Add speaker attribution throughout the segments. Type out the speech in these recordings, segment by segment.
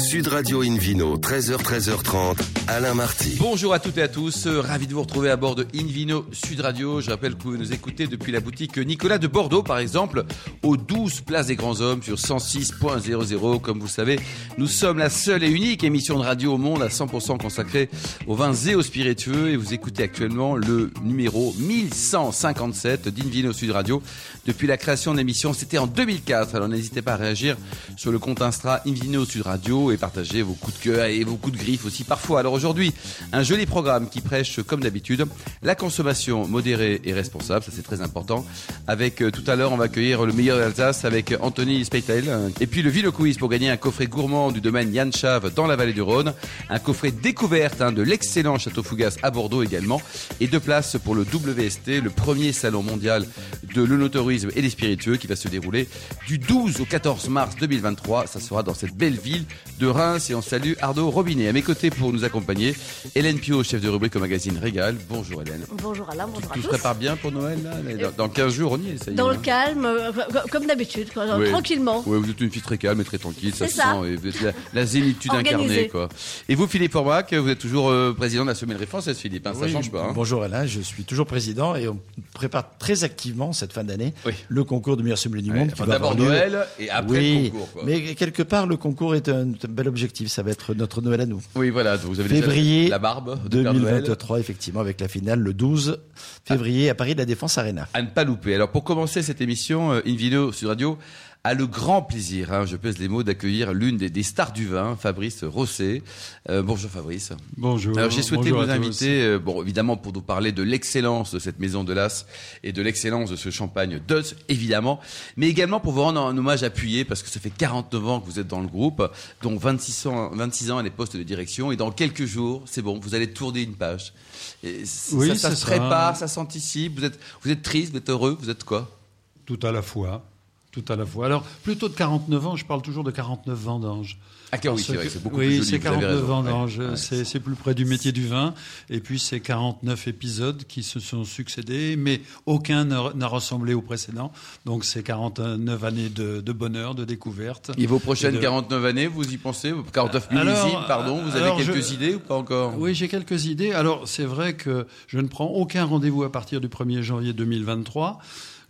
Speaker 1: Sud Radio Invino, 13h, 13h30, Alain Marty.
Speaker 2: Bonjour à toutes et à tous, ravi de vous retrouver à bord de Invino Sud Radio. Je rappelle que vous nous écoutez depuis la boutique Nicolas de Bordeaux, par exemple, au 12 Place des Grands Hommes sur 106.00. Comme vous le savez, nous sommes la seule et unique émission de radio au monde à 100% consacrée aux vins et aux spiritueux. Et vous écoutez actuellement le numéro 1157 d'Invino Sud Radio. Depuis la création de l'émission, c'était en 2004. Alors n'hésitez pas à réagir sur le compte Insta Invino Sud Radio et partager vos coups de cœur et vos coups de griffe aussi parfois. Alors aujourd'hui, un joli programme qui prêche comme d'habitude la consommation modérée et responsable, ça c'est très important. Avec euh, tout à l'heure, on va accueillir le meilleur d'Alsace avec Anthony Speitel euh, et puis le Ville Quiz pour gagner un coffret gourmand du domaine Yann Chave dans la vallée du Rhône, un coffret découverte hein, de l'excellent Château Fougas à Bordeaux également et deux places pour le WST, le premier salon mondial de l'onotourisme et des spiritueux qui va se dérouler du 12 au 14 mars 2023. Ça sera dans cette belle ville de Reims et on salue Arnaud Robinet. À mes côtés pour nous accompagner, Hélène Pio, chef de rubrique au magazine Régal. Bonjour Hélène.
Speaker 3: Bonjour Alain, bonjour à
Speaker 2: Tout se
Speaker 3: tous.
Speaker 2: prépare bien pour Noël là dans, dans 15 jours, on y est, ça y est.
Speaker 3: Euh, Dans le
Speaker 2: hein.
Speaker 3: calme, euh, co- comme d'habitude, quoi,
Speaker 2: Oui.
Speaker 3: Euh, tranquillement.
Speaker 2: Oui, vous êtes une fille très calme et très tranquille, ça
Speaker 3: C'est
Speaker 2: se
Speaker 3: ça.
Speaker 2: sent. Et vous êtes la, la zénitude incarnée,
Speaker 3: Organisée.
Speaker 2: quoi. Et vous, Philippe Orbach, vous êtes toujours euh, président de la Semaine des Françaises, Philippe, hein, ça
Speaker 4: Oui,
Speaker 2: change pas. hein.
Speaker 4: Bonjour Alain, je suis toujours président et on prépare très activement cette fin d'année
Speaker 2: Oui.
Speaker 4: le concours du meilleur sommelier du
Speaker 2: Ouais,
Speaker 4: monde. qui
Speaker 2: enfin,
Speaker 4: va
Speaker 2: D'abord
Speaker 4: avoir lieu.
Speaker 2: Noël et après
Speaker 4: oui,
Speaker 2: le concours, quoi.
Speaker 4: mais quelque part le concours est un, un bel objectif, ça va être notre Noël à nous.
Speaker 2: Oui, voilà, vous avez déjà
Speaker 4: Février
Speaker 2: la barbe de Père Noël.
Speaker 4: 2023 effectivement avec la finale le 12 février à Paris de la Défense Arena.
Speaker 2: à ne pas louper. Alors pour commencer cette émission, euh, Invino Sud Radio a le grand plaisir, hein, je pèse les mots, d'accueillir l'une des, des stars du vin, Fabrice Rosset. Euh, bonjour Fabrice.
Speaker 5: Bonjour.
Speaker 2: Alors j'ai souhaité
Speaker 5: bonjour
Speaker 2: vous
Speaker 5: à tous.
Speaker 2: inviter, euh, bon évidemment pour nous parler de l'excellence de cette maison de l'As et de l'excellence de ce champagne Dutch, évidemment, mais également pour vous rendre un hommage appuyé parce que ça fait 49 ans que vous êtes dans le groupe, dont 26 ans, 26 ans à des postes de direction et dans quelques jours, c'est bon, vous allez tourner une page. Et c-
Speaker 5: Oui,
Speaker 2: ça, ça
Speaker 5: c'est
Speaker 2: se
Speaker 5: ça.
Speaker 2: prépare, ça s'anticipe. Vous êtes, vous êtes triste, vous êtes heureux, vous êtes quoi
Speaker 5: Tout à la fois. Tout à la fois. Alors, plutôt de 49 ans, je parle toujours de 49 vendanges.
Speaker 2: Ah car oui,
Speaker 5: Parce
Speaker 2: c'est vrai,
Speaker 5: que-
Speaker 2: c'est beaucoup
Speaker 5: oui,
Speaker 2: plus joli.
Speaker 5: c'est
Speaker 2: vous avez
Speaker 5: 49
Speaker 2: raison, ouais.
Speaker 5: vendanges.
Speaker 2: Ouais.
Speaker 5: c'est, c'est plus près du métier du vin. Et puis, c'est 49 épisodes qui se sont succédés, mais aucun n'a n'a ressemblé au précédent. Donc, c'est 49 années de, de bonheur, de découverte.
Speaker 2: Et vos prochaines
Speaker 5: Et de-
Speaker 2: 49 années, vous y pensez 49
Speaker 5: Alors,
Speaker 2: millésimes, pardon, vous avez
Speaker 5: alors,
Speaker 2: quelques
Speaker 5: je-
Speaker 2: idées ou pas encore
Speaker 5: Ah Oui, j'ai quelques idées. Alors, c'est vrai que je ne prends aucun rendez-vous à partir du 1er janvier 2023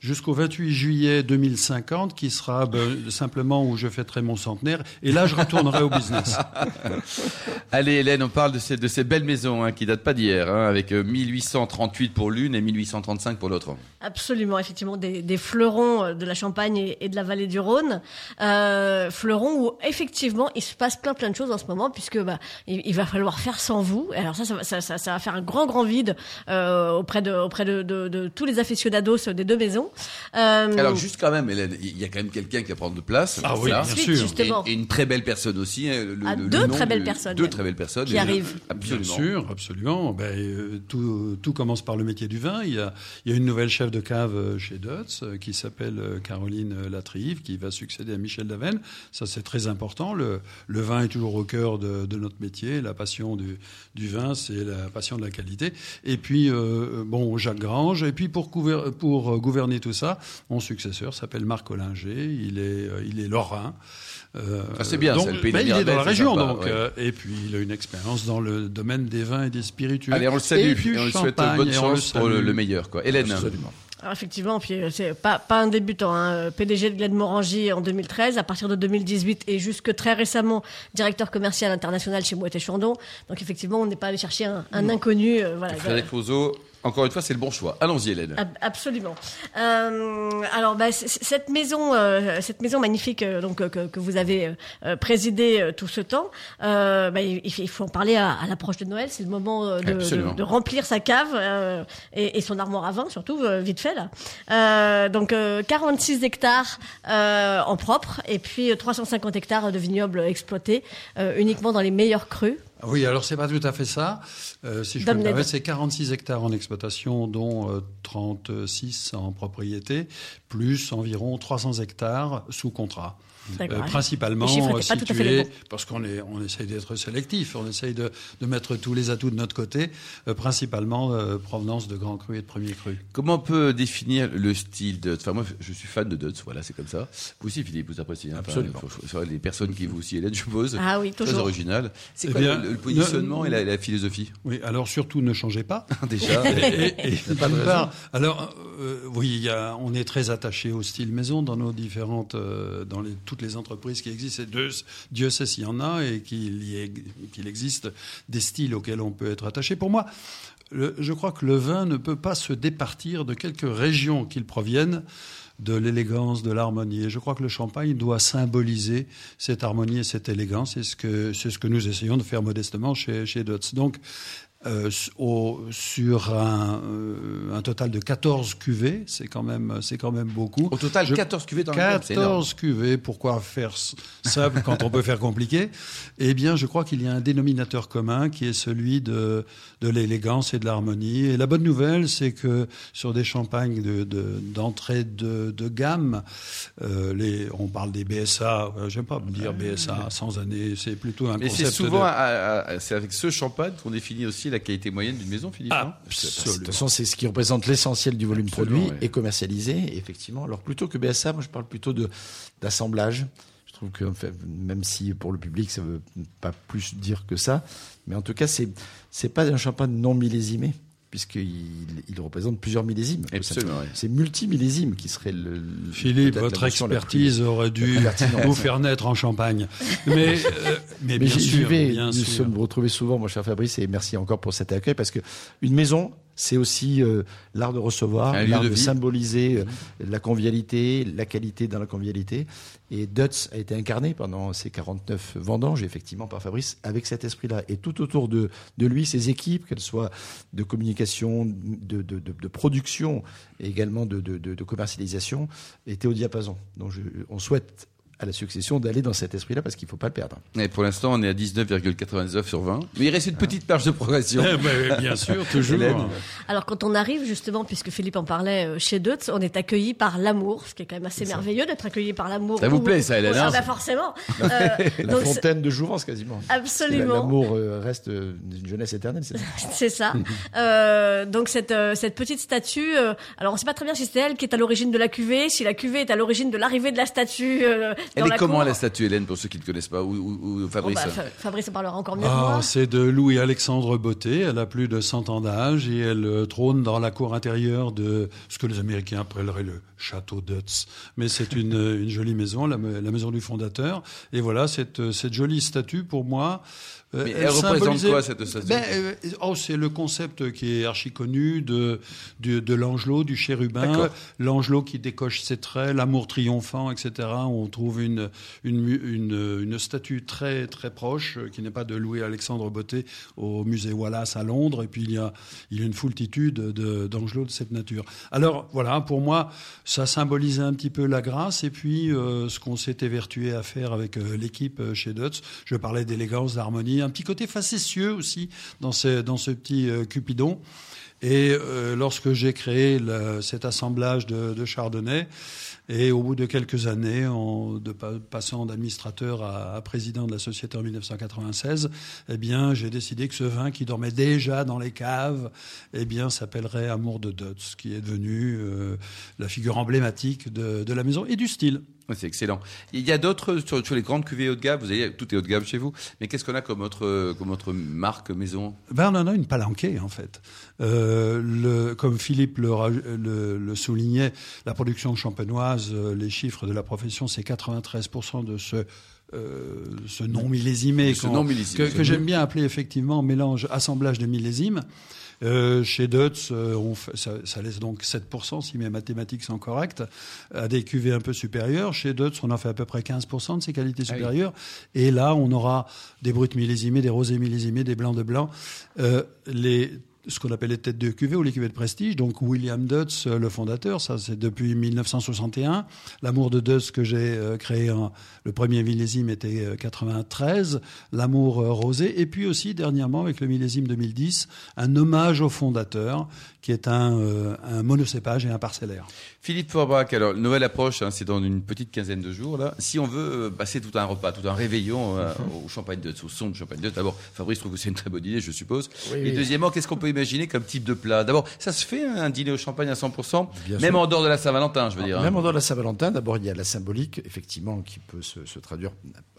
Speaker 5: jusqu'au 28 juillet 2050, qui sera ben, simplement où je fêterai mon centenaire. Et là, je retournerai au business.
Speaker 2: Allez Hélène, on parle de ces, de ces belles maisons hein, qui datent pas d'hier, hein, avec euh, 1838 pour l'une et 1835 pour l'autre.
Speaker 3: Absolument, effectivement, des, des fleurons euh, de la Champagne et, et de la vallée du Rhône. Euh, fleurons où, effectivement, il se passe plein plein de choses en ce moment, puisque bah, il, il va falloir faire sans vous. Et alors ça, ça, va- ça, ça, ça va faire un grand, grand vide euh, auprès, de, auprès de, de, de tous les aficionados des deux maisons. Euh,
Speaker 2: Alors juste quand même Hélène, il y a quand même quelqu'un qui va prendre de place.
Speaker 5: Ah oui,
Speaker 2: Voilà.
Speaker 5: bien
Speaker 3: suite,
Speaker 5: sûr.
Speaker 2: Et,
Speaker 3: justement.
Speaker 2: et une très belle personne aussi. hein, le-
Speaker 3: Ah,
Speaker 2: le- le
Speaker 3: deux
Speaker 2: nom
Speaker 3: très belles
Speaker 2: du-
Speaker 3: personnes,
Speaker 2: Deux
Speaker 3: même,
Speaker 2: très belles personnes.
Speaker 3: qui
Speaker 2: Et-
Speaker 3: arrivent.
Speaker 2: Absolument.
Speaker 5: Bien sûr, absolument. Ben, euh, tout, tout commence par le métier du vin. Il y a, il y a une nouvelle chef de cave euh, chez Dutz euh, qui s'appelle euh, Caroline euh, Latrive, qui va succéder à Michel Daven. Ça, c'est très important. Le, le vin est toujours au cœur de, de notre métier. La passion du, du vin, c'est la passion de la qualité. Et puis, euh, bon, Jacques Grange. Et puis, pour, couver- pour euh, gouverner tout ça, mon successeur s'appelle Marc Ollinger. Il est, euh, il est lorrain. Euh,
Speaker 2: Ah, c'est bien,
Speaker 5: donc,
Speaker 2: c'est le pays
Speaker 5: ben,
Speaker 2: des
Speaker 5: il est
Speaker 2: mirabelles,
Speaker 5: dans la
Speaker 2: c'est
Speaker 5: région,
Speaker 2: sympa,
Speaker 5: donc.
Speaker 2: ouais.
Speaker 5: euh, et puis, il a une expérience dans le domaine des vins et des spiritueux.
Speaker 2: Allez, on le salue
Speaker 5: Et du
Speaker 2: et on lui souhaite
Speaker 5: champagne,
Speaker 2: bonne
Speaker 5: et on
Speaker 2: chance
Speaker 5: le
Speaker 2: pour le,
Speaker 5: salue.
Speaker 2: le meilleur. Quoi. Hélène,
Speaker 5: Absolument.
Speaker 3: Alors, effectivement, puis euh, c'est pas, pas un débutant. Hein. PDG de Glenmorangie en 2013, à partir de 2018 et jusque très récemment, directeur commercial international chez Moët et Chandon. Donc effectivement, on n'est pas allé chercher un, un inconnu. euh, voilà.
Speaker 2: Frédéric Roseau, encore une fois, c'est le bon choix. Allons-y Hélène.
Speaker 3: Ab- Absolument. Euh, alors, bah, c- c- cette maison, euh, cette maison magnifique, euh, donc euh, que, que vous avez euh, présidée euh, tout ce temps, euh, bah, il, il faut en parler à, à l'approche de Noël. C'est le moment euh, de,
Speaker 2: Absolument.
Speaker 3: de- de remplir sa cave euh, et, et son armoire à vin, surtout euh, vite fait là. Euh, donc, euh, 46 hectares euh, en propre et puis euh, 350 hectares de vignobles exploités euh, uniquement dans les meilleurs crus.
Speaker 5: Ah Oui, alors c'est pas tout à fait ça. Euh, si je peux
Speaker 3: Dame
Speaker 5: me
Speaker 3: Ned.
Speaker 5: permettre, c'est 46 hectares en exploitation, dont euh, 36 en propriété, plus environ 300 hectares sous contrat.
Speaker 3: D'accord.
Speaker 5: Euh, principalement
Speaker 3: Les chiffres
Speaker 5: euh,
Speaker 3: étaient pas tout à fait les
Speaker 5: situés,
Speaker 3: bons.
Speaker 5: parce qu'on est, on essaye d'être sélectif, on essaye de, de mettre tous les atouts de notre côté, euh, principalement euh, provenance de grands crus et de premiers crus.
Speaker 2: Comment on peut définir le style de Enfin, moi, je suis fan de Dutz, voilà, c'est comme ça. Vous aussi, Philippe, vous appréciez. hein,
Speaker 4: Absolument.
Speaker 2: enfin, faut- faut- faut- les personnes qui vous aussi aident, je suppose.
Speaker 3: Ah oui,
Speaker 2: Très
Speaker 3: toujours.
Speaker 2: original. C'est
Speaker 5: Eh
Speaker 2: quoi
Speaker 5: bien,
Speaker 2: le, le positionnement
Speaker 5: ne-
Speaker 2: et la, la philosophie
Speaker 5: Oui, alors surtout ne changez pas.
Speaker 2: Déjà.
Speaker 5: et, et-
Speaker 2: Il y a pas de
Speaker 5: d'une
Speaker 2: raison.
Speaker 5: part, alors euh, oui, il y a- on est très attaché au style maison dans nos différentes, euh, dans les- toutes les entreprises qui existent. Et Dieu, Dieu sait s'il y en a et qu'il y ait- qu'il existe des styles auxquels on peut être attaché. Pour moi, le- je crois que le vin ne peut pas se départir de quelques régions qu'il provienne de l'élégance, de l'harmonie. Et je crois que le champagne doit symboliser cette harmonie et cette élégance. C'est ce que, c'est ce que nous essayons de faire modestement chez, chez Dotz. Donc, euh, s- au- sur un, euh, un total de 14 cuvées, c'est quand même, c'est quand même beaucoup.
Speaker 2: Au total,
Speaker 5: Je-
Speaker 2: 14 cuvées dans le groupe, c'est énorme.
Speaker 5: 14 cuvées, pourquoi faire s- simple quand on peut faire compliqué Eh bien, je crois qu'il y a un dénominateur commun qui est celui de, de l'élégance et de l'harmonie. Et la bonne nouvelle, c'est que sur des champagnes de- de- d'entrée de, de, gamme, euh, les, on parle des BSA, euh, j'aime pas me dire BSA, 100 années, c'est plutôt un
Speaker 2: Mais c'est
Speaker 5: concept
Speaker 2: souvent,
Speaker 5: de-
Speaker 2: à- à- à- c'est avec ce champagne qu'on définit aussi la qualité moyenne d'une maison, Philippe. non
Speaker 4: De toute façon, Bah, c'est ce qui représente l'essentiel du volume
Speaker 2: Absolument,
Speaker 4: produit
Speaker 2: ouais.
Speaker 4: et commercialisé, et effectivement. Alors, plutôt que BSA, moi, je parle plutôt de d'assemblage. Je trouve que, en fait, même si pour le public, ça veut pas plus dire que ça, mais en tout cas, c'est c'est pas un champagne non millésimé, puisqu'il il représente plusieurs millésimes.
Speaker 2: Absolument, ouais.
Speaker 4: C'est multimillésime qui serait le. le-
Speaker 5: Philippe,
Speaker 4: peut-être
Speaker 5: votre
Speaker 4: la notion la plus-
Speaker 5: expertise aurait dû
Speaker 4: la plus pertinente.
Speaker 5: vous faire naître en Champagne. Mais, euh,
Speaker 4: Mais
Speaker 5: mais bien
Speaker 4: j'y j'y
Speaker 5: sûr,
Speaker 4: vais,
Speaker 5: bien
Speaker 4: nous
Speaker 5: sûr.
Speaker 4: sommes retrouvés souvent, mon cher Fabrice, et merci encore pour cet accueil, parce que une maison, c'est aussi euh, l'art de recevoir,
Speaker 2: Un lieu
Speaker 4: l'art
Speaker 2: de
Speaker 4: de,
Speaker 2: vie. Mm-hmm.
Speaker 4: symboliser euh, la convivialité, la qualité dans la convivialité. Et Dutz a été incarné pendant ses 49 vendanges, effectivement, par Fabrice, avec cet esprit-là. Et tout autour de, de lui, ses équipes, qu'elles soient de communication, de, de- de- de production, et également de, de- de- de commercialisation, étaient au diapason. Donc je- on souhaite à la succession d'aller dans cet esprit-là, parce qu'il ne faut pas le perdre.
Speaker 2: Et pour l'instant, on est à 19,99 sur 20. Mais il reste une petite marge de progression.
Speaker 5: Eh ben, bien sûr,
Speaker 2: Hélène.
Speaker 5: toujours.
Speaker 3: Alors quand on arrive justement, puisque Philippe en parlait euh, chez Deutz, on est accueilli par l'amour, ce qui est quand même assez merveilleux d'être accueilli par l'amour.
Speaker 2: Ça vous
Speaker 3: Ou-
Speaker 2: plaît, ça, Hélène,
Speaker 3: Ah
Speaker 2: hein,
Speaker 3: bah,
Speaker 2: ça
Speaker 3: forcément. Euh,
Speaker 4: La
Speaker 3: donc, c'est-
Speaker 4: fontaine de Jouvence, quasiment.
Speaker 3: absolument.
Speaker 4: L'amour euh, reste euh, une jeunesse éternelle, c'est ça
Speaker 3: C'est ça. Euh, donc cette euh, cette petite statue. euh, alors on sait pas très bien si c'est elle qui est à l'origine de la cuvée, si la cuvée est à l'origine de l'arrivée de la statue. euh,
Speaker 2: Elle
Speaker 3: dans
Speaker 2: est
Speaker 3: la
Speaker 2: comment
Speaker 3: cour.
Speaker 2: la statue Hélène pour ceux qui ne connaissent pas ou, ou- ou
Speaker 3: Bon,
Speaker 2: Fabrice Oh,
Speaker 3: bah, Fa- Fabrice en parlera encore mieux que
Speaker 5: Ah,
Speaker 3: moi.
Speaker 5: c'est de Louis-Alexandre Beauté. Elle a plus de 100 ans d'âge et elle euh, trône dans la cour intérieure de ce que les Américains appelleraient le château d'Utz. Mais c'est une, euh, une jolie maison, la, me- la maison du fondateur. Et voilà, cette, euh, cette jolie statue, pour moi. euh,
Speaker 2: Mais elle représente
Speaker 5: symbolisait-
Speaker 2: quoi, cette statue
Speaker 5: Ben, euh, oh, C'est le concept qui est archi connu de, de, de l'angelot, du chérubin.
Speaker 2: D'accord.
Speaker 5: L'angelot qui décoche ses traits, l'amour triomphant, etc. On trouve une, une, mu- une, une statue très, très proche, euh, qui n'est pas de Louis-Alexandre Beauté, au musée Wallace à Londres. Et puis, il y a, il y a une foultitude de- d'angelots de, cette nature. Alors, voilà, pour moi, ça symbolisait un petit peu la grâce. Et puis, euh, ce qu'on s'est évertué à faire avec euh, l'équipe euh, chez Dutz, je parlais d'élégance, d'harmonie, un petit côté facétieux aussi dans ce, dans ce petit euh, Cupidon. Et euh, lorsque j'ai créé le- cet assemblage de, de Chardonnay, et au bout de quelques années, en de pa- passant d'administrateur à, à président de la société en 1996, eh bien, j'ai décidé que ce vin qui dormait déjà dans les caves, eh bien, s'appellerait Amour de Dutz, qui est devenu euh, la figure emblématique de, de la maison et du style.
Speaker 2: Ouais, C'est excellent. Il y a d'autres sur, sur les grandes cuvées haut de gamme. Vous avez tout est haut de gamme chez vous. Mais qu'est-ce qu'on a comme autre euh, comme autre marque maison
Speaker 5: Ben, on en a une palanquée, en fait. Euh, le, comme Philippe le, ra- le- le soulignait, la production champenoise, euh, les chiffres de la profession, c'est 93% de ce, euh, ce non millésimé,
Speaker 2: De ce
Speaker 5: qu'on-
Speaker 2: non millésimé,
Speaker 5: que-
Speaker 2: c'est
Speaker 5: que,
Speaker 2: mieux.
Speaker 5: j'aime bien appeler effectivement mélange, assemblage de millésimes. Euh, chez Deutz, euh, on fait- ça, ça laisse donc 7%, si mes mathématiques sont correctes, à des cuvées un peu supérieures. Chez Deutz, on en fait à peu près 15% de ces qualités
Speaker 2: Ah oui.
Speaker 5: supérieures. Et là, on aura des brutes millésimées, des rosés millésimés, des blancs de blanc. Euh, les, ce qu'on appelle les têtes de cuvée ou les cuvées de prestige. Donc William Dutz, euh, le fondateur, ça c'est depuis 1961. L'amour de Dutz que j'ai euh, créé, en- le premier millésime était euh, 93. L'amour euh, rosé. Et puis aussi dernièrement avec le millésime 2010, un hommage au fondateur qui est un, euh, un monocépage et un parcellaire.
Speaker 2: Philippe Forbach, alors, Noël approche, hein, c'est dans une petite quinzaine de jours, là. Si on veut euh, passer tout un repas, tout un réveillon euh, au champagne de, au son de champagne de, d'abord, Fabrice trouve que c'est une très bonne idée, je suppose. Et deuxièmement, qu'est-ce qu'on peut imaginer comme type de plat D'abord, ça se fait hein, un dîner au champagne à 100%,
Speaker 4: Bien
Speaker 2: même
Speaker 4: sûr. Ah,
Speaker 2: en dehors de la Saint-Valentin, je veux dire. hein.
Speaker 4: Même en dehors de la Saint-Valentin, d'abord il y a la symbolique, effectivement, qui peut se, se traduire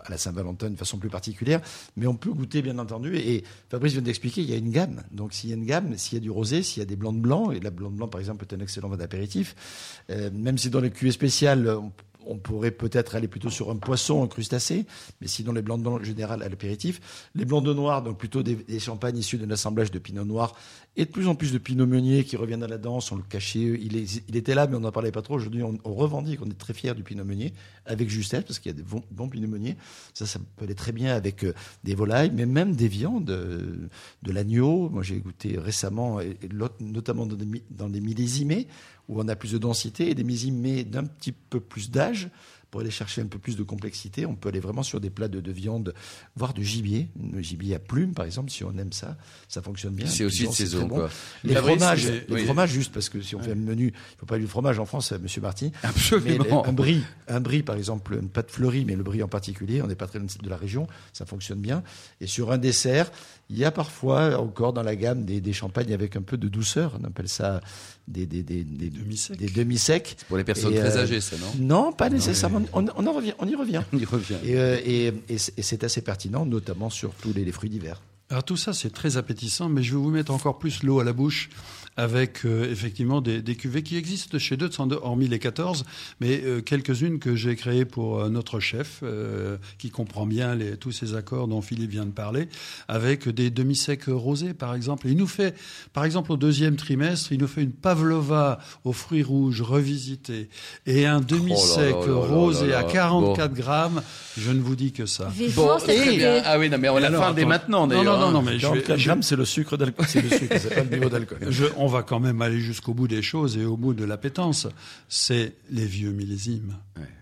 Speaker 4: à la Saint-Valentin de façon plus particulière, mais on peut goûter bien entendu. Et Fabrice vient d'expliquer, il y a une gamme. Donc s'il y a une gamme, s'il y a du rosé, s'il y a des blancs de blanc, et la blanc de blanc par exemple est un excellent vin d'apéritif, euh, même si dans les cuvées spéciales, on, on pourrait peut-être aller plutôt sur un poisson, un crustacé, mais sinon les blancs de blanc en général à l'apéritif. Les blancs de noir, donc plutôt des, des champagnes issus d'un assemblage de pinot noir et de plus en plus de pinot meunier qui reviennent à la danse. On le cachait, il, est- il était là, mais on n'en parlait pas trop. Aujourd'hui, on, on revendique, on est très fiers du pinot meunier avec justesse parce qu'il y a des bons, bons pinot meuniers. Ça, ça peut aller très bien avec euh, des volailles, mais même des viandes, euh, de l'agneau. Moi, j'ai goûté récemment, et- et l'autre- notamment dans des, mi- dans des millésimés où on a plus de densité et des millésimés d'un petit peu plus d'âge. Pour aller chercher un peu plus de complexité, on peut aller vraiment sur des plats de, de viande, voire de gibier. Le gibier à plumes, par exemple, si on aime ça, ça fonctionne bien.
Speaker 2: C'est aussi de
Speaker 4: Pigeon, c'est
Speaker 2: saison,
Speaker 4: très bon.
Speaker 2: quoi.
Speaker 4: Les
Speaker 2: Fabrice,
Speaker 4: fromages,
Speaker 2: c'est-
Speaker 4: les
Speaker 2: Ah oui.
Speaker 4: fromages juste parce que si on fait un menu, il faut pas du fromage en France, euh, Monsieur Marty. Mais le-
Speaker 2: Absolument.
Speaker 4: un brie, un brie par exemple, une pâte fleurie, mais le brie en particulier, on n'est pas très loin de la région, ça fonctionne bien. Et sur un dessert, il y a parfois encore dans la gamme des, des champagnes avec un peu de douceur. On appelle ça des des des des
Speaker 5: Demi-secs.
Speaker 4: des demi-secs.
Speaker 2: Pour les personnes
Speaker 4: Et,
Speaker 2: très
Speaker 4: euh,
Speaker 2: âgées, ça, non
Speaker 4: Non, pas nécessairement. On, on en revient, on y revient.
Speaker 2: On y revient.
Speaker 4: Et, euh, et, et c'est- et c'est assez pertinent, notamment sur tous les, les fruits d'hiver.
Speaker 5: Alors tout ça, c'est très appétissant, mais je vais vous mettre encore plus l'eau à la bouche avec euh, effectivement des, des cuvées qui existent chez Deutz, en de- hormis les 14, mais euh, quelques-unes que j'ai créées pour euh, notre chef, euh, qui comprend bien les- tous ces accords dont Philippe vient de parler, avec des demi-secs rosés, par exemple. Et il nous fait, par exemple, au deuxième trimestre, il nous fait une pavlova aux fruits rouges revisitée et un demi-sec
Speaker 2: Oh là là là
Speaker 5: rosé
Speaker 2: là
Speaker 5: à
Speaker 2: là.
Speaker 5: 44 grammes. Je ne vous dis que ça.
Speaker 3: Vivement
Speaker 2: et-
Speaker 3: cette idée.
Speaker 2: ah oui, non, mais on la
Speaker 5: Alors,
Speaker 2: fin dès
Speaker 5: attends.
Speaker 2: maintenant,
Speaker 5: Non,
Speaker 2: d'ailleurs.
Speaker 5: non, non,
Speaker 2: hein.
Speaker 5: non, mais je vais-
Speaker 4: 44
Speaker 5: je-
Speaker 4: grammes, c'est le sucre d'alcool, c'est le sucre, c'est pas le niveau d'alcool.
Speaker 5: Je- on va quand même aller jusqu'au bout des choses et au bout de la pétence. C'est les vieux millésimes.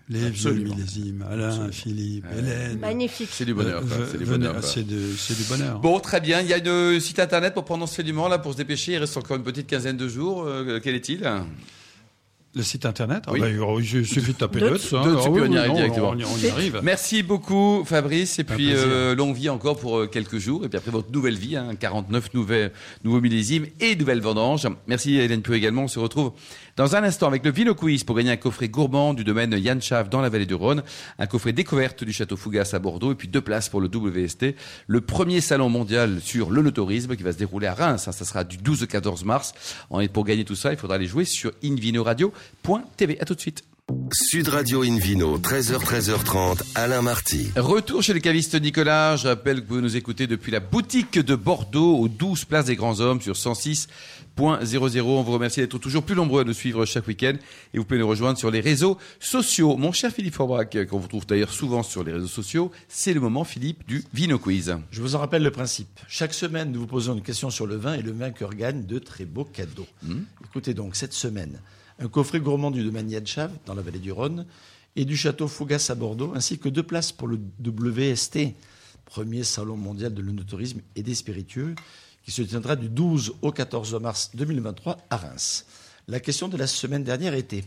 Speaker 5: les vieux
Speaker 4: absolument.
Speaker 5: millésimes. Alain, Philippe, Hélène.
Speaker 3: Magnifique.
Speaker 2: ah, C'est du bonheur, quoi.
Speaker 5: Euh,
Speaker 2: C'est du
Speaker 5: venez-
Speaker 2: bonheur, quoi.
Speaker 5: c'est du- c'est du bonheur.
Speaker 2: Bon, très bien. Il y a une site internet pour prononcer du Mans, là, pour se dépêcher. Il reste encore une petite quinzaine de jours. Euh, quel est-il
Speaker 5: Le site internet, ah
Speaker 2: Oui.
Speaker 5: bah, il suffit de taper
Speaker 3: Deux-
Speaker 5: Dutz, hein.
Speaker 2: Dutz,
Speaker 5: Ah
Speaker 2: et
Speaker 5: oui,
Speaker 2: puis on y
Speaker 5: oui,
Speaker 2: arrive
Speaker 5: non,
Speaker 2: directement.
Speaker 5: On y, on y arrive.
Speaker 2: Merci beaucoup, Fabrice. Et puis,
Speaker 5: plaisir.
Speaker 2: euh, longue vie encore pour euh, quelques jours. Et puis après, votre nouvelle vie, hein, 49 nouvelles, nouveaux millésimes et nouvelles vendanges. Merci, Hélène Peu également. On se retrouve dans un instant avec le Vino Quiz pour gagner un coffret gourmand du domaine Yann Chave dans la vallée du Rhône, un coffret découverte du château Fougas à Bordeaux et puis deux places pour le WST, le premier salon mondial sur le tourisme qui va se dérouler à Reims. hein. Ça sera du 12 au 14 mars. En- Et pour gagner tout ça, il faudra aller jouer sur invinoradio.tv. À tout de suite.
Speaker 1: Sud Radio Invino, 13h, 13h30, Alain Marty.
Speaker 2: Retour chez le caviste Nicolas. Je rappelle que vous nous écoutez depuis la boutique de Bordeaux, aux 12 places des Grands Hommes, sur 106.00. On vous remercie d'être toujours plus nombreux à nous suivre chaque week-end. Et vous pouvez nous rejoindre sur les réseaux sociaux. Mon cher Philippe Forbrac, euh, qu'on vous trouve d'ailleurs souvent sur les réseaux sociaux, c'est le moment, Philippe, du Vino Quiz.
Speaker 4: Je vous en rappelle le principe. Chaque semaine, nous vous posons une question sur le vin et le vainqueur gagne de très beaux cadeaux. Écoutez donc, cette semaine, un coffret gourmand du domaine Yadchav, dans la vallée du Rhône, et du château Fougas à Bordeaux, ainsi que deux places pour le WST, premier salon mondial de l'onotourisme et des spiritueux, qui se tiendra du 12 au 14 mars 2023 à Reims. La question de la semaine dernière était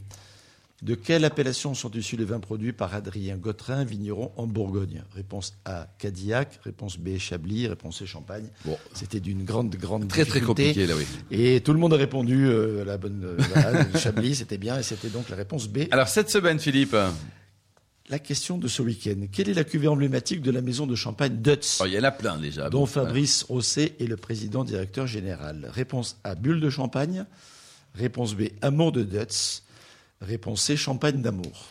Speaker 4: de quelle appellation sont issus les vins produits par Adrien Gautrin, vigneron en Bourgogne Réponse A, Cadillac. Réponse B, Chablis. Réponse C, Champagne.
Speaker 2: Bon.
Speaker 4: C'était d'une grande, grande
Speaker 2: Très, très
Speaker 4: difficulté.
Speaker 2: compliqué, là, oui.
Speaker 4: Et tout le monde a répondu euh, la bonne euh, voilà, le Chablis, c'était bien. Et c'était donc la réponse B.
Speaker 2: Alors, cette semaine, Philippe, euh,
Speaker 4: La question de ce week-end. Quelle est la cuvée emblématique de la maison de champagne Dutz
Speaker 2: oh, il y en a plein déjà.
Speaker 4: dont
Speaker 2: Bon,
Speaker 4: Fabrice Rosset est le président directeur général. Réponse A, bulle de champagne. Réponse B, amour de Dutz. Réponse C, champagne d'amour.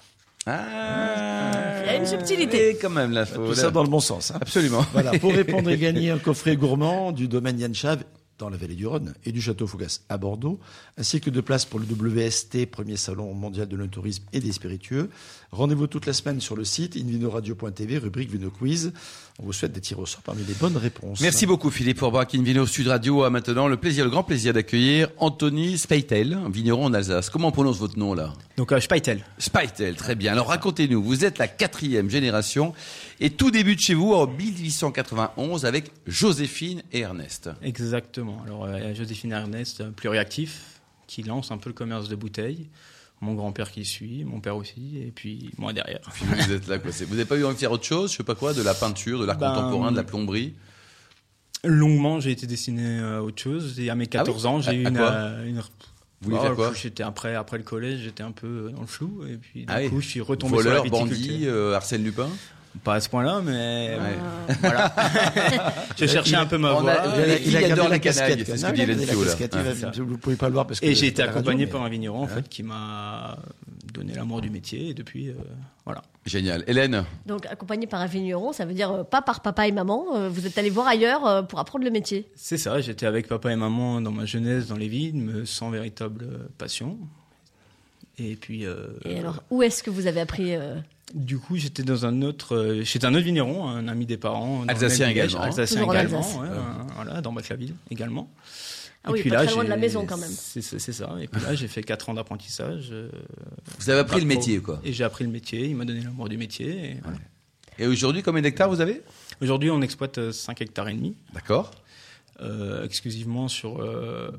Speaker 2: Ah,
Speaker 3: Il y a une subtilité.
Speaker 2: Et quand même, la faute.
Speaker 4: Tout ça dans le bon sens. hein.
Speaker 2: Absolument.
Speaker 4: Voilà, pour répondre et gagner un coffret gourmand du domaine Yanchav dans la vallée du Rhône et du château Fougas à Bordeaux, ainsi que de places pour le WST, premier salon mondial de l'autorisme et des spiritueux. Rendez-vous toute la semaine sur le site invinoradio.tv, rubrique Vino Quiz. On vous souhaite des tirs au sort parmi les bonnes réponses.
Speaker 2: Merci beaucoup Philippe Forbach, Invino Sud Radio a maintenant le plaisir, le grand plaisir d'accueillir Anthony Speitel, vigneron en Alsace. Comment on prononce votre nom là
Speaker 6: Donc euh, Speitel.
Speaker 2: Speitel, très bien. Alors racontez-nous, vous êtes la quatrième génération et tout débute chez vous en 1891 avec Joséphine et Ernest.
Speaker 6: Exactement. Alors euh, Joséphine Ernest, euh, pluriactif, qui lance un peu le commerce de bouteilles. Mon grand-père qui suit, mon père aussi, et puis moi derrière.
Speaker 2: Puis vous êtes là, quoi. C'est- Vous n'avez pas eu envie de faire autre chose, je sais pas quoi, de la peinture, de l'art
Speaker 6: Ben,
Speaker 2: contemporain, de la plomberie
Speaker 6: Longuement, j'ai été destiné euh, à autre chose. Et à mes 14
Speaker 2: Ah oui
Speaker 6: ans, j'ai eu
Speaker 2: À- à
Speaker 6: une,
Speaker 2: quoi
Speaker 6: euh, une-
Speaker 2: Vous voulez
Speaker 6: Oh,
Speaker 2: faire quoi
Speaker 6: J'étais après, après le collège, j'étais un peu euh, dans le flou. Et puis, du
Speaker 2: Ah oui.
Speaker 6: coup, je suis retombé sur la
Speaker 2: Voleur,
Speaker 6: viticulture.
Speaker 2: bandit, euh, Arsène Lupin
Speaker 6: Pas à ce point-là, mais
Speaker 2: Ouais.
Speaker 6: j'ai cherché un peu ma
Speaker 2: on a-
Speaker 6: voie.
Speaker 2: vous avez- Il adore
Speaker 4: Ah, gardé
Speaker 2: la canaille, c'est
Speaker 4: quand
Speaker 2: ce
Speaker 4: même.
Speaker 2: que dit
Speaker 4: Il a gardé la
Speaker 2: Lencio, là. Ah.
Speaker 4: casquette,
Speaker 2: Ouais,
Speaker 4: il va-
Speaker 6: c'est ça.
Speaker 4: Vous ne pouvez pas le voir parce que
Speaker 6: Et j'ai été
Speaker 4: à la radio,
Speaker 6: accompagné
Speaker 4: mais-
Speaker 6: par un vigneron en fait qui m'a donné l'amour du métier et depuis euh, voilà.
Speaker 2: Génial. Hélène
Speaker 3: Donc accompagné par un vigneron, ça veut dire euh, pas par papa et maman. euh, vous êtes allé voir ailleurs euh, pour apprendre le métier.
Speaker 6: C'est ça, j'étais avec papa et maman dans ma jeunesse dans les vignes mais sans véritable euh, passion. Et puis euh,
Speaker 3: Et alors, où est-ce que vous avez appris euh,
Speaker 6: du coup, j'étais dans un autre euh, j'étais un autre vigneron, un ami des parents, dans le
Speaker 2: Alsacien
Speaker 6: même village,
Speaker 2: également, hein.
Speaker 6: Alsacien
Speaker 3: Toujours en
Speaker 6: également,
Speaker 3: Alsace.
Speaker 6: ouais, un- voilà, dans Baclaville également.
Speaker 3: Ah oui, pas très loin de la
Speaker 6: j'ai-
Speaker 3: maison, quand même.
Speaker 6: C'est c'est- c'est ça. Et puis là, j'ai fait 4 ans d'apprentissage. euh,
Speaker 2: Vous avez appris
Speaker 6: pas
Speaker 2: le
Speaker 6: trop.
Speaker 2: métier, quoi.
Speaker 6: Et j'ai appris le métier. Il m'a donné l'amour du métier. et voilà.
Speaker 2: Et aujourd'hui, combien d'hectares vous avez
Speaker 6: Aujourd'hui, on exploite euh, 5 hectares et demi,
Speaker 2: D'accord.
Speaker 6: euh, exclusivement sur euh,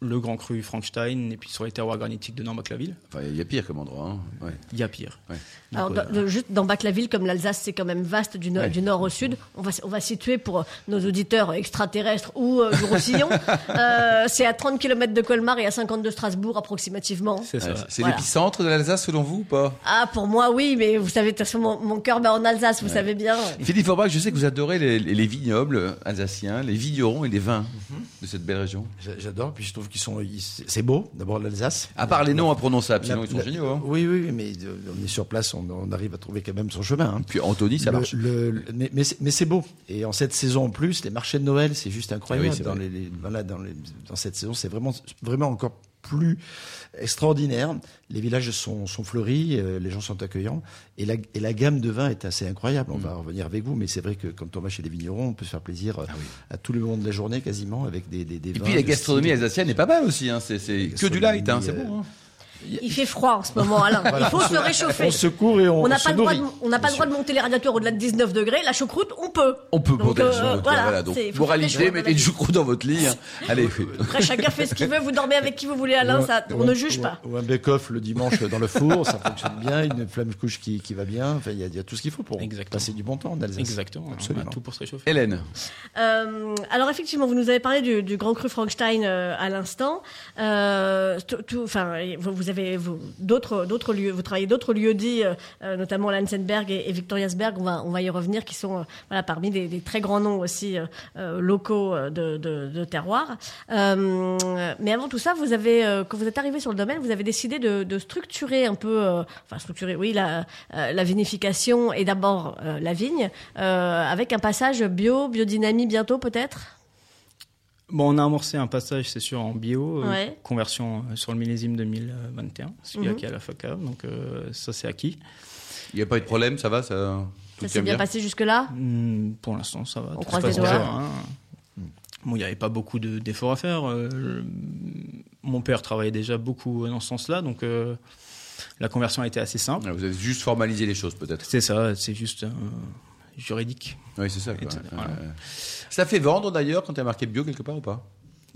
Speaker 6: le Grand Cru Frankenstein et puis sur les terroirs granitiques de Nambach-la-Ville.
Speaker 2: Enfin, il y a pire comme endroit. hein. Ouais.
Speaker 6: Il y a pire.
Speaker 2: Ouais.
Speaker 6: Donc,
Speaker 3: Alors,
Speaker 6: euh,
Speaker 3: dans- le- juste dans Bac-la-Ville, comme l'Alsace, c'est quand même vaste du, no-
Speaker 2: Ouais.
Speaker 3: du nord au sud. On va, on va situer pour euh, nos auditeurs extraterrestres ou euh, du Roussillon. euh, c'est à 30 km de Colmar et à 50 de Strasbourg, approximativement.
Speaker 6: c'est ça.
Speaker 2: Ouais, C'est c'est
Speaker 3: Voilà.
Speaker 2: l'épicentre de l'Alsace, selon vous, ou pas
Speaker 3: Ah, pour moi, oui, mais vous savez, de toute façon, mon, mon cœur bat en Alsace, vous savez bien.
Speaker 2: Philippe Forbach, je sais que vous adorez les, les- les vignobles alsaciens, les vignerons et les vins
Speaker 3: Mhm.
Speaker 2: de cette belle région.
Speaker 4: J'a- J'adore, puis je trouve qu'ils sont. ils- C'est beau, d'abord l'Alsace.
Speaker 2: À part les noms imprononçables,
Speaker 4: La-
Speaker 2: sinon ils sont
Speaker 4: la-
Speaker 2: géniaux. hein.
Speaker 4: Oui, oui, oui, mais euh, on est sur place, on, on arrive à trouver quand même son chemin. hein.
Speaker 2: Puis Anthony, ça
Speaker 4: Le-
Speaker 2: marche.
Speaker 4: le- le- mais mais c'est- mais c'est beau. Et en cette saison en plus, les marchés de Noël, c'est juste incroyable.
Speaker 2: Ah oui, c'est
Speaker 4: dans,
Speaker 2: vrai.
Speaker 4: les, les- voilà, dans, les- dans cette saison, c'est vraiment, vraiment encore plus extraordinaire. Les villages sont, sont fleuris, euh, les gens sont accueillants. Et la, et la gamme de vins est assez incroyable.
Speaker 2: Mm.
Speaker 4: On va revenir avec vous, mais c'est vrai que quand on va chez les vignerons, on peut se faire plaisir euh, à tout le moment de la journée quasiment avec des, des, des
Speaker 2: Ah Et
Speaker 4: vins
Speaker 2: puis la
Speaker 4: de
Speaker 2: gastronomie
Speaker 4: style.
Speaker 2: alsacienne est pas mal aussi. hein. C'est c'est
Speaker 4: La
Speaker 2: que du light, hein. c'est
Speaker 4: gastronomie,
Speaker 2: bon. hein.
Speaker 3: Il fait froid en ce moment, Alain. Il faut se réchauffer.
Speaker 4: On se court et on,
Speaker 3: On n'a
Speaker 4: se
Speaker 3: pas, le droit
Speaker 4: nourrit.
Speaker 3: de- on n'a pas le droit de monter les radiateurs au-delà de 19 degrés. La choucroute, on peut.
Speaker 2: On peut
Speaker 3: Donc,
Speaker 2: monter
Speaker 3: euh,
Speaker 2: le son, donc,
Speaker 3: voilà,
Speaker 2: voilà, donc,
Speaker 3: c'est- faut faire
Speaker 2: moralité,
Speaker 3: des choix,
Speaker 2: mettez une
Speaker 3: voilà.
Speaker 2: choucroute dans votre lit. hein. Allez,
Speaker 3: Après, chacun fait ce qu'il veut, vous dormez avec qui vous voulez, Alain,
Speaker 4: Ou un-
Speaker 3: ça,
Speaker 4: ou
Speaker 3: on
Speaker 4: un-
Speaker 3: ne juge
Speaker 4: ou un-
Speaker 3: pas.
Speaker 4: Ou un bake-off le dimanche dans le four, ça fonctionne bien, une flamme couche qui, qui va bien. Enfin, il y, a- il y a tout ce qu'il faut pour
Speaker 6: Exactement.
Speaker 4: passer du bon temps en Alsace.
Speaker 6: Exactement. On
Speaker 4: Absolument.
Speaker 6: a tout pour se réchauffer.
Speaker 2: Hélène,
Speaker 3: Euh, alors effectivement, vous nous avez parlé du, du Grand Cru Frankenstein euh, à l'instant. Euh, tout- tout- enfin, et vous, vous avez vous- d'autres d'autres lieux, vous travaillez d'autres lieux dits, euh, euh, notamment Lansenberg et, et Victoriasberg. On va on va y revenir, qui sont euh, voilà parmi des, des très grands noms aussi euh, euh, locaux euh, de, de, de terroir. Euh, mais avant tout ça, vous avez euh, quand vous êtes arrivé sur le domaine, vous avez décidé de, de structurer un peu, euh, enfin structurer, oui, la, euh, la vinification et d'abord euh, la vigne euh, avec un passage bio, biodynamie bientôt peut-être.
Speaker 6: Bon, on a amorcé un passage, c'est sûr, en bio, euh,
Speaker 3: Ouais.
Speaker 6: conversion euh, sur le millésime 2021, ce qu'il y a
Speaker 3: Mhm.
Speaker 6: qui est à la FACA. Donc euh, ça, c'est acquis.
Speaker 2: il n'y a pas eu de problème, ça va ça... Tout
Speaker 3: Ça
Speaker 2: tient
Speaker 3: s'est bien
Speaker 2: bien
Speaker 3: passé jusque-là.
Speaker 6: Hmm, Pour l'instant, ça va.
Speaker 3: On
Speaker 6: Tout se
Speaker 3: croise
Speaker 6: passe
Speaker 3: les doigts.
Speaker 6: bien, hein. Bon, il n'y avait pas beaucoup de- d'efforts à faire. Euh, le- mon père travaillait déjà beaucoup dans ce sens-là, donc euh, la conversion a été assez simple.
Speaker 2: Ouais, Ah, Vous avez juste formalisé les choses, peut-être.
Speaker 6: C'est ça, c'est juste euh, juridique.
Speaker 2: Oui, c'est ça. quoi. Euh,
Speaker 6: Etc.
Speaker 2: Ouais, ouais. Ça fait vendre d'ailleurs quand tu as marqué bio quelque part ou pas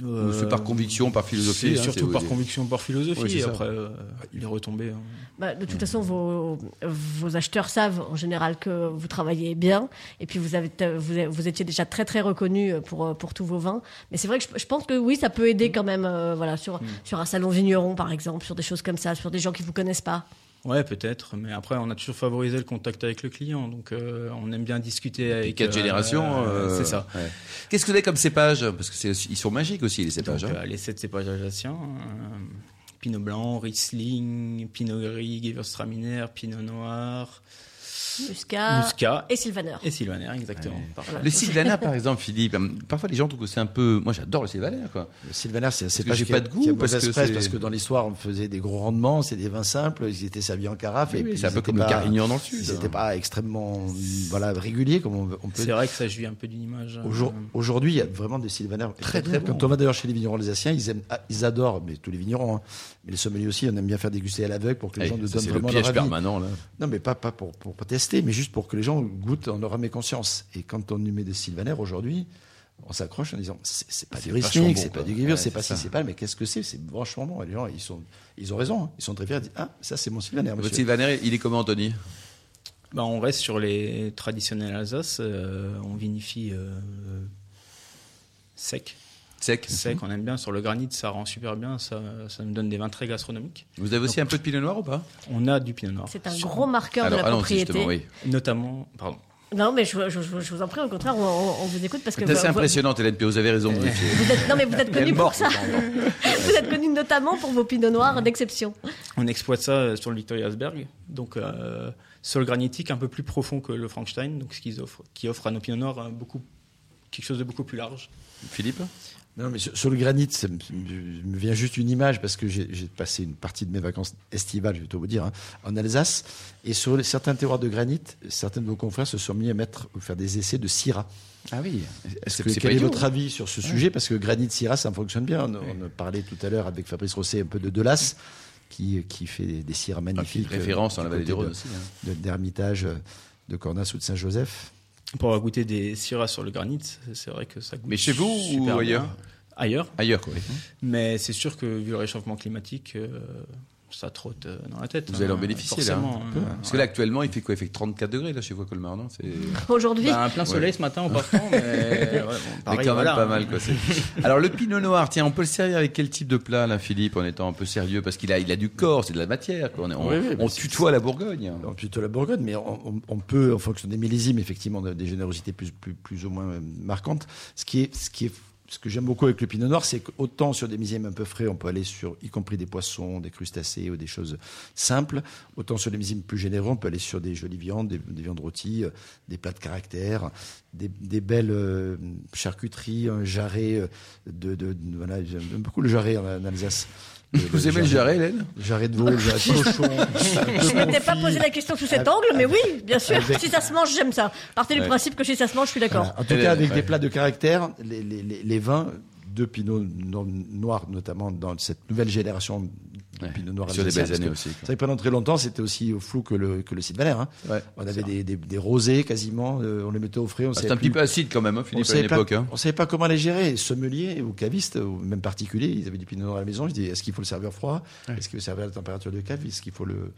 Speaker 2: Ou c'est par conviction, par philosophie
Speaker 6: Euh, C'est
Speaker 2: hein,
Speaker 6: surtout
Speaker 2: Euh, c'est-
Speaker 6: par conviction, par philosophie.
Speaker 2: Oui, c'est
Speaker 6: et
Speaker 2: ça. Ah,
Speaker 6: après, euh, il est retombé. hein.
Speaker 3: Bah, de toute façon, vos, vos acheteurs savent en général que vous travaillez bien et puis vous, avez, vous, vous étiez déjà très très reconnu pour, euh, pour tous vos vins. Mais c'est vrai que je, je pense que oui, ça peut aider quand même euh, voilà, sur, sur un salon vigneron par exemple, sur des choses comme ça, sur des gens qui vous connaissent pas.
Speaker 6: Ouais, peut-être, mais après, on a toujours favorisé le contact avec le client, donc euh, on aime bien discuter
Speaker 2: Et
Speaker 6: avec.
Speaker 2: quatre
Speaker 6: euh,
Speaker 2: générations.
Speaker 6: euh,
Speaker 2: euh,
Speaker 6: C'est ça.
Speaker 2: ouais. Qu'est-ce que vous avez comme cépage Parce que c'est- ils sont magiques aussi les
Speaker 6: Donc,
Speaker 2: cépages. hein.
Speaker 6: euh, les sept cépages alsaciens euh, Pinot blanc, Riesling, Pinot gris, Gewürztraminer, Pinot noir,
Speaker 3: Muscat,
Speaker 6: Muscat
Speaker 3: et Sylvaner.
Speaker 6: et Sylvaner, exactement. Parfait.
Speaker 2: Le Sylvaner, par exemple, Philippe, hum, parfois les gens trouvent que c'est un peu. Moi, j'adore le Sylvaner, quoi.
Speaker 4: Sylvaner, c'est c'est
Speaker 2: que
Speaker 4: pas
Speaker 2: j'ai
Speaker 4: ce
Speaker 2: pas
Speaker 4: qui a-
Speaker 2: de goût,
Speaker 4: qui a
Speaker 2: parce
Speaker 4: mauvaise
Speaker 2: que
Speaker 4: presse,
Speaker 2: c'est-
Speaker 4: parce que dans l'histoire, on faisait des gros rendements, c'est des vins simples, ils étaient servis en carafe.
Speaker 2: Oui,
Speaker 4: et
Speaker 2: oui,
Speaker 4: puis
Speaker 2: c'est un
Speaker 4: ils
Speaker 2: peu
Speaker 4: étaient
Speaker 2: comme le
Speaker 4: pas-
Speaker 2: Carignan dans le Sud,
Speaker 4: Ils
Speaker 2: hein.
Speaker 4: n'étaient pas extrêmement voilà, réguliers, comme on, on peut
Speaker 6: C'est vrai que ça joue un peu d'une image. euh,
Speaker 4: Aujourd- Aujourd'hui, il y a vraiment des sylvanaires
Speaker 2: très
Speaker 4: très très
Speaker 2: bons.
Speaker 4: Quand on va d'ailleurs chez les vignerons alsaciens, ils aiment, ah, ils adorent, mais tous les vignerons, hein, mais les sommeliers aussi, on aime bien faire déguster à l'aveugle pour que les
Speaker 2: Eh,
Speaker 4: gens nous
Speaker 2: ça,
Speaker 4: donnent
Speaker 2: C'est le
Speaker 4: vraiment leur
Speaker 2: piège
Speaker 4: avis.
Speaker 2: permanent, là.
Speaker 4: Non, mais pas, pas pour, pour pas tester, mais juste pour que les gens goûtent en leur âme et conscience. Et quand on y met des sylvanaires aujourd'hui, on s'accroche en disant c'est c'est pas
Speaker 2: C'est
Speaker 4: du
Speaker 2: vachement
Speaker 4: Riesling,
Speaker 2: bon,
Speaker 4: c'est pas
Speaker 2: quoi.
Speaker 4: du Gewürz,
Speaker 2: Ouais,
Speaker 4: c'est pas
Speaker 2: c'est
Speaker 4: ci,
Speaker 2: ça.
Speaker 4: c'est pas, là, mais qu'est-ce que c'est C'est franchement bon. Et les gens, ils, sont, ils ont raison, hein. ils sont très fiers, ils disent ah, ça c'est mon sylvaner.
Speaker 2: Votre
Speaker 4: monsieur.
Speaker 2: Sylvaner, il est comment, Anthony
Speaker 6: Bah, on reste sur les traditionnels Alsace. euh, on vinifie euh, sec.
Speaker 2: Sec.
Speaker 3: Mhm.
Speaker 6: Sec, on aime bien. Sur le granit, ça rend super bien. Ça, ça nous donne des vins très gastronomiques.
Speaker 2: Vous avez aussi un peu de pinot noir ou pas
Speaker 6: On a du pinot noir.
Speaker 3: C'est un
Speaker 6: Sur-
Speaker 3: gros marqueur de la
Speaker 2: allons-y,
Speaker 3: propriété.
Speaker 2: justement, oui.
Speaker 6: Notamment. Pardon.
Speaker 3: Non, mais je, je- je- je vous en prie, au contraire, on, on- on vous écoute parce que
Speaker 2: C'est assez
Speaker 3: vous, vous-
Speaker 2: impressionnant, Hélène Pio, vous avez raison. Vous
Speaker 3: vous êtes, non, mais vous êtes
Speaker 2: Elle est
Speaker 3: connu pour
Speaker 2: morte,
Speaker 3: ça. vous êtes connu notamment pour vos pinots noirs d'exception.
Speaker 6: On exploite ça euh, sur le Victoriasberg. Donc, euh, sol granitique un peu plus profond que le Frankenstein. Donc, ce qu'ils offrent, qui offre à nos pinots noirs euh, beaucoup, quelque chose de beaucoup plus large.
Speaker 2: Philippe
Speaker 4: Non, mais sur, sur le granit, ça me, me- me vient juste une image parce que j'ai j'ai passé une partie de mes vacances estivales, je vais tout vous dire, hein, en Alsace. Et sur les- certains terroirs de granit, certains de vos confrères se sont mis à mettre, ou faire des essais de Syrah.
Speaker 2: Ah oui.
Speaker 4: Est-ce
Speaker 2: C'est-
Speaker 4: que
Speaker 2: c'est
Speaker 4: quel
Speaker 2: pas
Speaker 4: est
Speaker 2: idiot, hein.
Speaker 4: votre avis sur ce sujet Parce que granit Syrah, ça fonctionne bien. On, on parlait tout à l'heure avec Fabrice Rosset un peu de Delas, qui, qui fait des, des
Speaker 2: Ah,
Speaker 4: Syrahs magnifiques.
Speaker 2: référence
Speaker 4: euh,
Speaker 2: dans la
Speaker 4: du
Speaker 2: vallée du
Speaker 4: côté
Speaker 2: Rhône
Speaker 4: de-
Speaker 2: aussi. hein.
Speaker 4: de- D'Hermitage, euh, de Cornas ou de Saint-Joseph.
Speaker 6: Pour avoir goûté des syrahs sur le granit, c'est- c'est vrai que ça goûte.
Speaker 2: Mais chez vous ou
Speaker 6: super bien.
Speaker 2: ailleurs
Speaker 6: Ailleurs.
Speaker 2: Ailleurs, quoi. oui.
Speaker 6: Mais c'est sûr que vu le réchauffement climatique, euh, ça trotte euh, dans la tête.
Speaker 2: Vous allez en
Speaker 6: hein,
Speaker 2: bénéficier, là.
Speaker 6: forcément,
Speaker 2: hein, un
Speaker 6: hein.
Speaker 2: peu, hein. Parce que là, actuellement, il fait quoi Il fait que 34 degrés, là, chez vous, à Colmar, non C'est-
Speaker 3: Aujourd'hui,
Speaker 6: Bah, un plein soleil
Speaker 2: Ouais.
Speaker 6: ce matin en partant, mais, ouais, bon,
Speaker 2: Mais
Speaker 6: pareil,
Speaker 2: quand même
Speaker 6: voilà,
Speaker 2: pas
Speaker 6: hein.
Speaker 2: mal, quoi. c'est- Alors, le pinot noir, tiens, on peut le servir avec quel type de plat, là, Philippe, en étant un peu sérieux Parce qu'il a, il a du corps, c'est de la matière, quoi. On, est- on-
Speaker 4: Oui, oui, mais
Speaker 2: on
Speaker 4: c'est-
Speaker 2: tutoie la Bourgogne.
Speaker 4: Non, plutôt la Bourgogne, mais on, on- on peut, en fonction des millésimes, effectivement, de- des générosités plus, plus, plus ou moins euh, marquantes. Ce qui est, ce qui est, ce que j'aime beaucoup avec le Pinot Noir, c'est qu'autant sur des millésimes un peu frais, on peut aller sur, y compris des poissons, des crustacés ou des choses simples, autant sur des millésimes plus généreux, on peut aller sur des jolies viandes, des, des viandes rôties, euh, des plats de caractère, des, des belles euh, charcuteries, un jarret euh, de, de, de- voilà, j'aime beaucoup le jarret en, en Alsace.
Speaker 2: Vous aimez le jarret, Hélène
Speaker 4: Jarret de veau, le jarret de cochon. un peu
Speaker 3: je ne m'étais pas
Speaker 4: confit.
Speaker 3: posé la question sous cet
Speaker 4: Ah,
Speaker 3: angle, mais oui, bien sûr.
Speaker 4: avec-
Speaker 3: Si ça se mange, j'aime ça. Partez du
Speaker 2: Ouais.
Speaker 3: principe que si ça se mange, je suis d'accord.
Speaker 4: Voilà. En tout
Speaker 2: Elle est-
Speaker 4: cas, avec
Speaker 2: ouais.
Speaker 4: des plats de caractère, les, les- les- les vins de Pinot no- Noir, notamment dans cette nouvelle génération de
Speaker 2: Ouais.
Speaker 4: Pinot Noir
Speaker 2: Sur des
Speaker 4: alsacien,
Speaker 2: belles
Speaker 4: parce
Speaker 2: années
Speaker 4: que
Speaker 2: aussi, quoi.
Speaker 4: C'est vrai que pendant très longtemps, c'était aussi flou que le, que le Sylvaner. hein.
Speaker 2: Ouais.
Speaker 4: On avait des, des- des rosés quasiment, euh, on les mettait au frais. on
Speaker 2: Ah,
Speaker 4: savait
Speaker 2: C'est un
Speaker 4: plus-
Speaker 2: petit peu acide, quand même, hein,
Speaker 4: on
Speaker 2: Philippe, à
Speaker 4: savait
Speaker 2: une
Speaker 4: pas-
Speaker 2: époque. hein.
Speaker 4: on savait pas comment les gérer. Sommelier ou caviste, ou même particulier, ils avaient du Pinot Noir à la maison. Ils disaient est-ce qu'il faut le servir froid Est-ce qu'il faut le servir à la température de cave Est-ce qu'il faut le,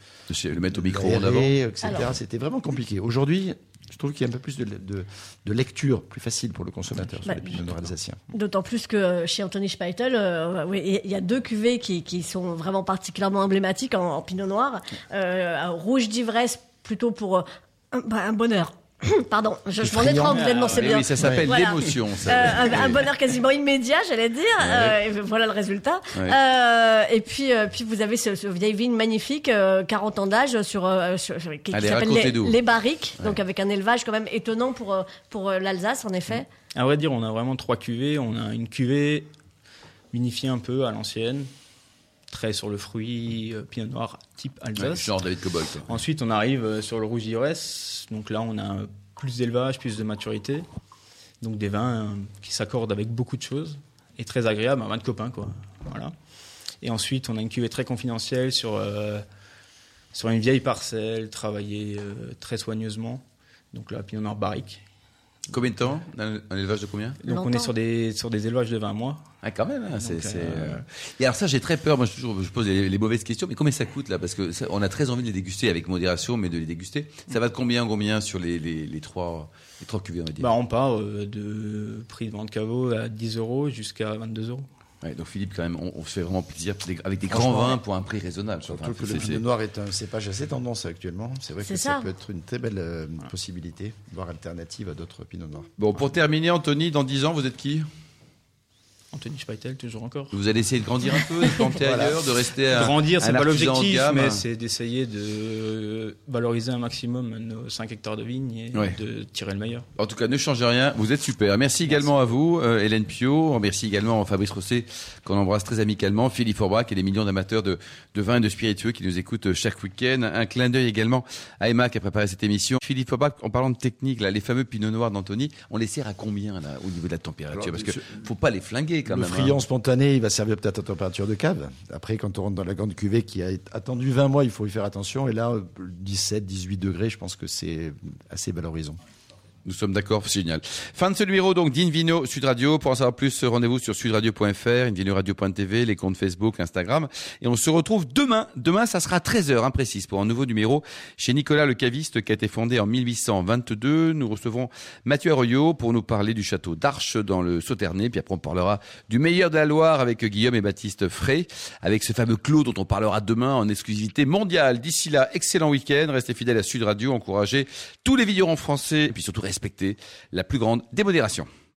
Speaker 2: Le mettre au micro en
Speaker 4: aérer,
Speaker 2: avant.
Speaker 4: etc. C'était vraiment compliqué. Aujourd'hui, je trouve qu'il y a un peu plus de, de- de lecture plus facile pour le consommateur sur
Speaker 3: Bah,
Speaker 4: les pinot noirs alsaciens.
Speaker 3: D'autant plus que euh, chez Anthony Speitel, euh, oui, il y a deux cuvées qui, qui sont vraiment particulièrement emblématiques en, en pinot noir. Euh, un rouge d'ivresse, plutôt pour euh, un, bah, un bonheur. Pardon, je, je m'en
Speaker 4: friand.
Speaker 3: étrangle, vous êtes
Speaker 2: Ah,
Speaker 3: c'est
Speaker 2: mais
Speaker 3: bien.
Speaker 2: oui, ça s'appelle
Speaker 3: Voilà.
Speaker 2: l'émotion,
Speaker 3: Euh,
Speaker 2: ça.
Speaker 3: un, un bonheur quasiment immédiat, j'allais dire. Euh, et voilà le résultat. Euh, et puis, euh, puis vous avez ce, ce vieil vigne magnifique, euh, 40 ans d'âge, sur, euh, sur- sur- qui, qui
Speaker 2: Allez,
Speaker 3: s'appelle les,
Speaker 2: racontez-nous.
Speaker 3: Les Barriques, donc avec un élevage quand même étonnant pour euh, pour euh, l'Alsace en effet.
Speaker 6: À vrai dire, on a vraiment trois cuvées. On a une cuvée unifiée un peu à l'ancienne, très sur le fruit, euh, pinot noir type
Speaker 2: Ouais,
Speaker 6: Alsace.
Speaker 2: Genre David Cobol. quoi.
Speaker 6: Ensuite, on arrive euh, sur le rouge d'Ivresse. Donc là, on a euh, plus d'élevage, plus de maturité. Donc des vins euh, qui s'accordent avec beaucoup de choses et très agréables, un vin de copain, quoi. Voilà. Et ensuite, on a une cuvée très confidentielle sur, euh, sur une vieille parcelle, travaillée euh, très soigneusement. Donc là, Pinot Noir barrique.
Speaker 2: Combien de temps Un un élevage de combien
Speaker 6: Donc on
Speaker 3: Longtemps.
Speaker 6: est sur des, sur des élevages de 20 mois.
Speaker 2: Ah, quand même. hein, c'est,
Speaker 6: euh,
Speaker 2: c'est, euh, Et alors ça, j'ai très peur. Moi, je, toujours- je pose les, les mauvaises questions. Mais combien ça coûte là Parce que ça, on a très envie de les déguster avec modération, mais de les déguster. Ça va de combien en combien sur les, les, les trois les trois cuvées, on va dire.
Speaker 6: Bah, on part euh, de prix de vente caveau à 10 euros jusqu'à 22 euros.
Speaker 2: Ouais, donc Philippe, quand même, on, on se fait vraiment plaisir des- avec des grands
Speaker 4: Franchement,
Speaker 2: vins
Speaker 4: ouais.
Speaker 2: pour un prix raisonnable. quoi.
Speaker 4: Surtout
Speaker 2: Enfin,
Speaker 4: que le
Speaker 2: c'est-
Speaker 4: pinot
Speaker 2: c'est-
Speaker 4: noir est un cépage assez tendance actuellement. C'est vrai
Speaker 3: C'est
Speaker 4: que ça.
Speaker 3: ça.
Speaker 4: peut être une très belle euh, possibilité, voire alternative à d'autres pinots noirs.
Speaker 2: Bon, pour terminer, Anthony, dans 10 ans, vous êtes qui
Speaker 6: En Anthony Speitel, toujours encore.
Speaker 2: Vous allez essayer de grandir un peu, de planter
Speaker 6: Voilà.
Speaker 2: ailleurs, de rester un,
Speaker 6: Grandir,
Speaker 2: un
Speaker 6: c'est pas
Speaker 2: artisan haut de
Speaker 6: l'objectif,
Speaker 2: gamme.
Speaker 6: mais c'est d'essayer de valoriser un maximum nos 5 hectares de vignes et
Speaker 2: Ouais.
Speaker 6: de tirer le meilleur.
Speaker 2: En tout cas, ne changez rien, vous êtes super. Merci également à vous, euh, Hélène Pio. Merci également à Fabrice Rosset, qu'on embrasse très amicalement, Philippe Forbach et les millions d'amateurs de, de vins et de spiritueux qui nous écoutent euh, chaque week-end. Un clin d'œil également à Emma qui a préparé cette émission. Philippe Forbach, en parlant de technique, là, les fameux pinots noirs d'Anthony, on les sert à combien là, au niveau de la température
Speaker 4: Alors,
Speaker 2: Parce que faut pas les flinguer quand
Speaker 4: le
Speaker 2: même. hein.
Speaker 4: friand spontané, il va servir peut-être à température de cave. Après, quand on rentre dans la grande cuvée qui a attendu 20 mois, il faut y faire attention. Et là, euh, 17, 18 degrés, je pense que c'est assez valorisant.
Speaker 2: Nous sommes d'accord, c'est génial. Fin de ce numéro donc d'Invino Sud Radio. Pour en savoir plus, rendez-vous sur sudradio.fr, invinoradio.tv, les comptes Facebook, Instagram. Et on se retrouve demain. Demain, ça sera 13h, hein, précise, pour un nouveau numéro chez Nicolas le Caviste qui a été fondé en 1822. Nous recevrons Mathieu Arroyo pour nous parler du château d'Arche dans le Sauternay. Puis après, on parlera du meilleur de la Loire avec Guillaume et Baptiste Frey, avec ce fameux Clos dont on parlera demain en exclusivité mondiale. D'ici là, excellent week-end. Restez fidèles à Sud Radio, encouragez tous les vignerons français et puis surtout respectez la plus grande démodération.